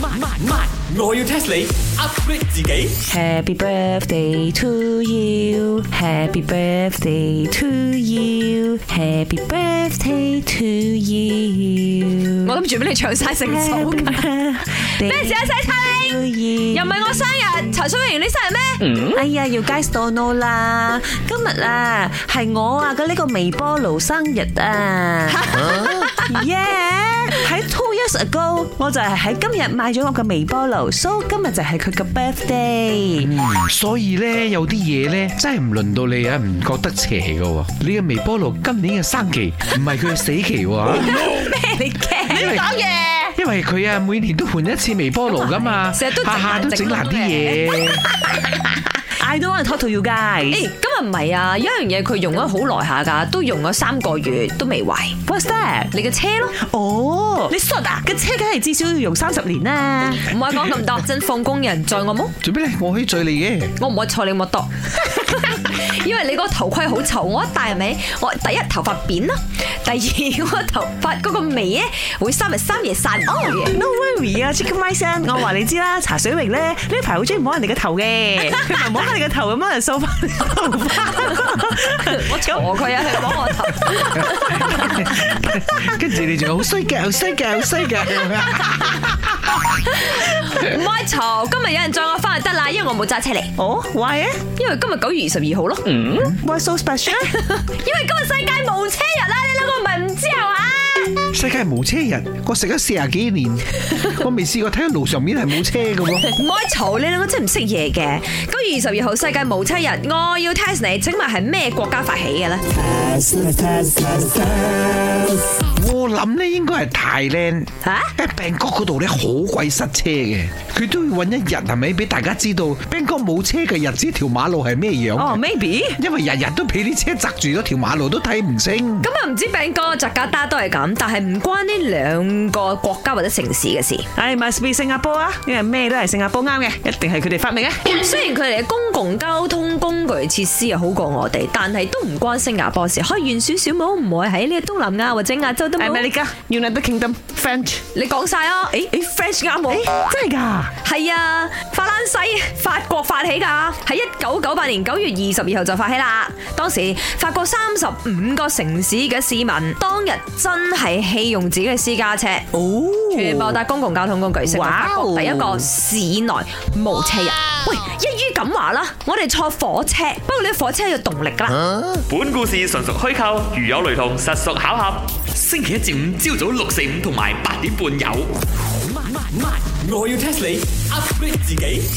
慢慢慢，我要 test 你 upgrade 自己。 Happy birthday to you. Happy birthday to you. Happy birthday to you. 我諗住俾你唱 晒成首㗎。咩事啊，細？To 燦？又 you. Ừ. 唔係我生日，陳蘇盈你生日 咩？哎呀，要 guys don't know 啦！今日啊，係我啊嘅呢個微波爐生日啊！Yeah，喺 two years ago，我就係喺今日買咗我嘅微波爐，so 今日就係佢嘅 birthday。所以咧，有啲嘢咧，真係唔輪到你啊，唔覺得邪噶。你嘅微波爐今年嘅生期，唔係佢嘅死 期喎。你驚？因為講嘢，因為佢啊，每年都換一次微波爐噶 嘛，成日都整下爛下都整爛啲嘢。 I don't want to talk to you guys. 誒今日唔係啊，有一樣嘢佢用咗好耐下㗎，都用咗三個月都未壞， What's that？你嘅車咯。哦，你 short 啊？嘅車梗係至少要用三十年啦。唔好講咁多，真放工人載我冇，做咩咧？我可以罪你嘅。我唔可以坐你冇 多，因為你個頭盔好臭，我一戴係咪？我第一頭髮扁啦，第二我頭髮嗰個味咧會三日三夜散唔到嘅。 No worry 啊，Chicken Rice 啊我話你知啦，茶水榮咧呢排好中意摸人哋嘅頭嘅，佢咪摸下你嘅頭咁樣嚟掃翻你個頭髮。我坐佢啊，佢摸我頭。 跟住你仲好衰嘅，好衰嘅，好衰嘅。唔可以嘈，今日有人載我翻就得啦，因為我冇揸車嚟，哦，why 啊因為今日九月二十二號咯，因？Why so special？為今日世界無車日啦，你兩個唔係唔知係嘛？世界無車人，我食咗四廿幾年，我未試過睇到路上面係冇車 嘅喎。唔可以嘈，你兩個真係唔識嘢嘅。九月二十二號世界無車日，我要 test 你，請問係咩國家發起嘅咧？我諗咧應該係泰蘭。吓？喺病角嗰度咧好鬼塞車嘅，佢都要揾一日係咪俾大家知道病角冇車嘅日子條馬路係咩樣？哦，maybe。因為日日都俾啲車砸住咗條馬路都睇唔清。咁啊，唔知餅哥、扎加達都係咁，但係唔關呢兩個國家或者城市嘅事。 I must be 新加坡啊，因為咩都係新加坡啱嘅，一定係佢哋發明嘅。雖然佢哋嘅公共交通工具設施啊好過我哋，但係都唔關新加坡事，可以遠少少冇，唔會喺呢個東南亞或者亞洲都冇。 America、United Kingdom、French，你講晒啊！誒誒，French 啱喎，真係㗎？係啊，法蘭西法國發起㗎，喺一九九八年九月二十二號就發起啦。當時法國三十五個城市嘅市民當日真係棄用自己嘅私家車，哦，全部搭公共交通工具，成為法國哇哦第一個市內無車人。喂，一於咁話啦，我哋坐火車，不過你火車要動力㗎啦。本故事純屬虛構，如有雷同，實屬巧合。星期一至五朝早六四五同埋八點半有。慢慢慢，我要 test 你 upgrade 自己。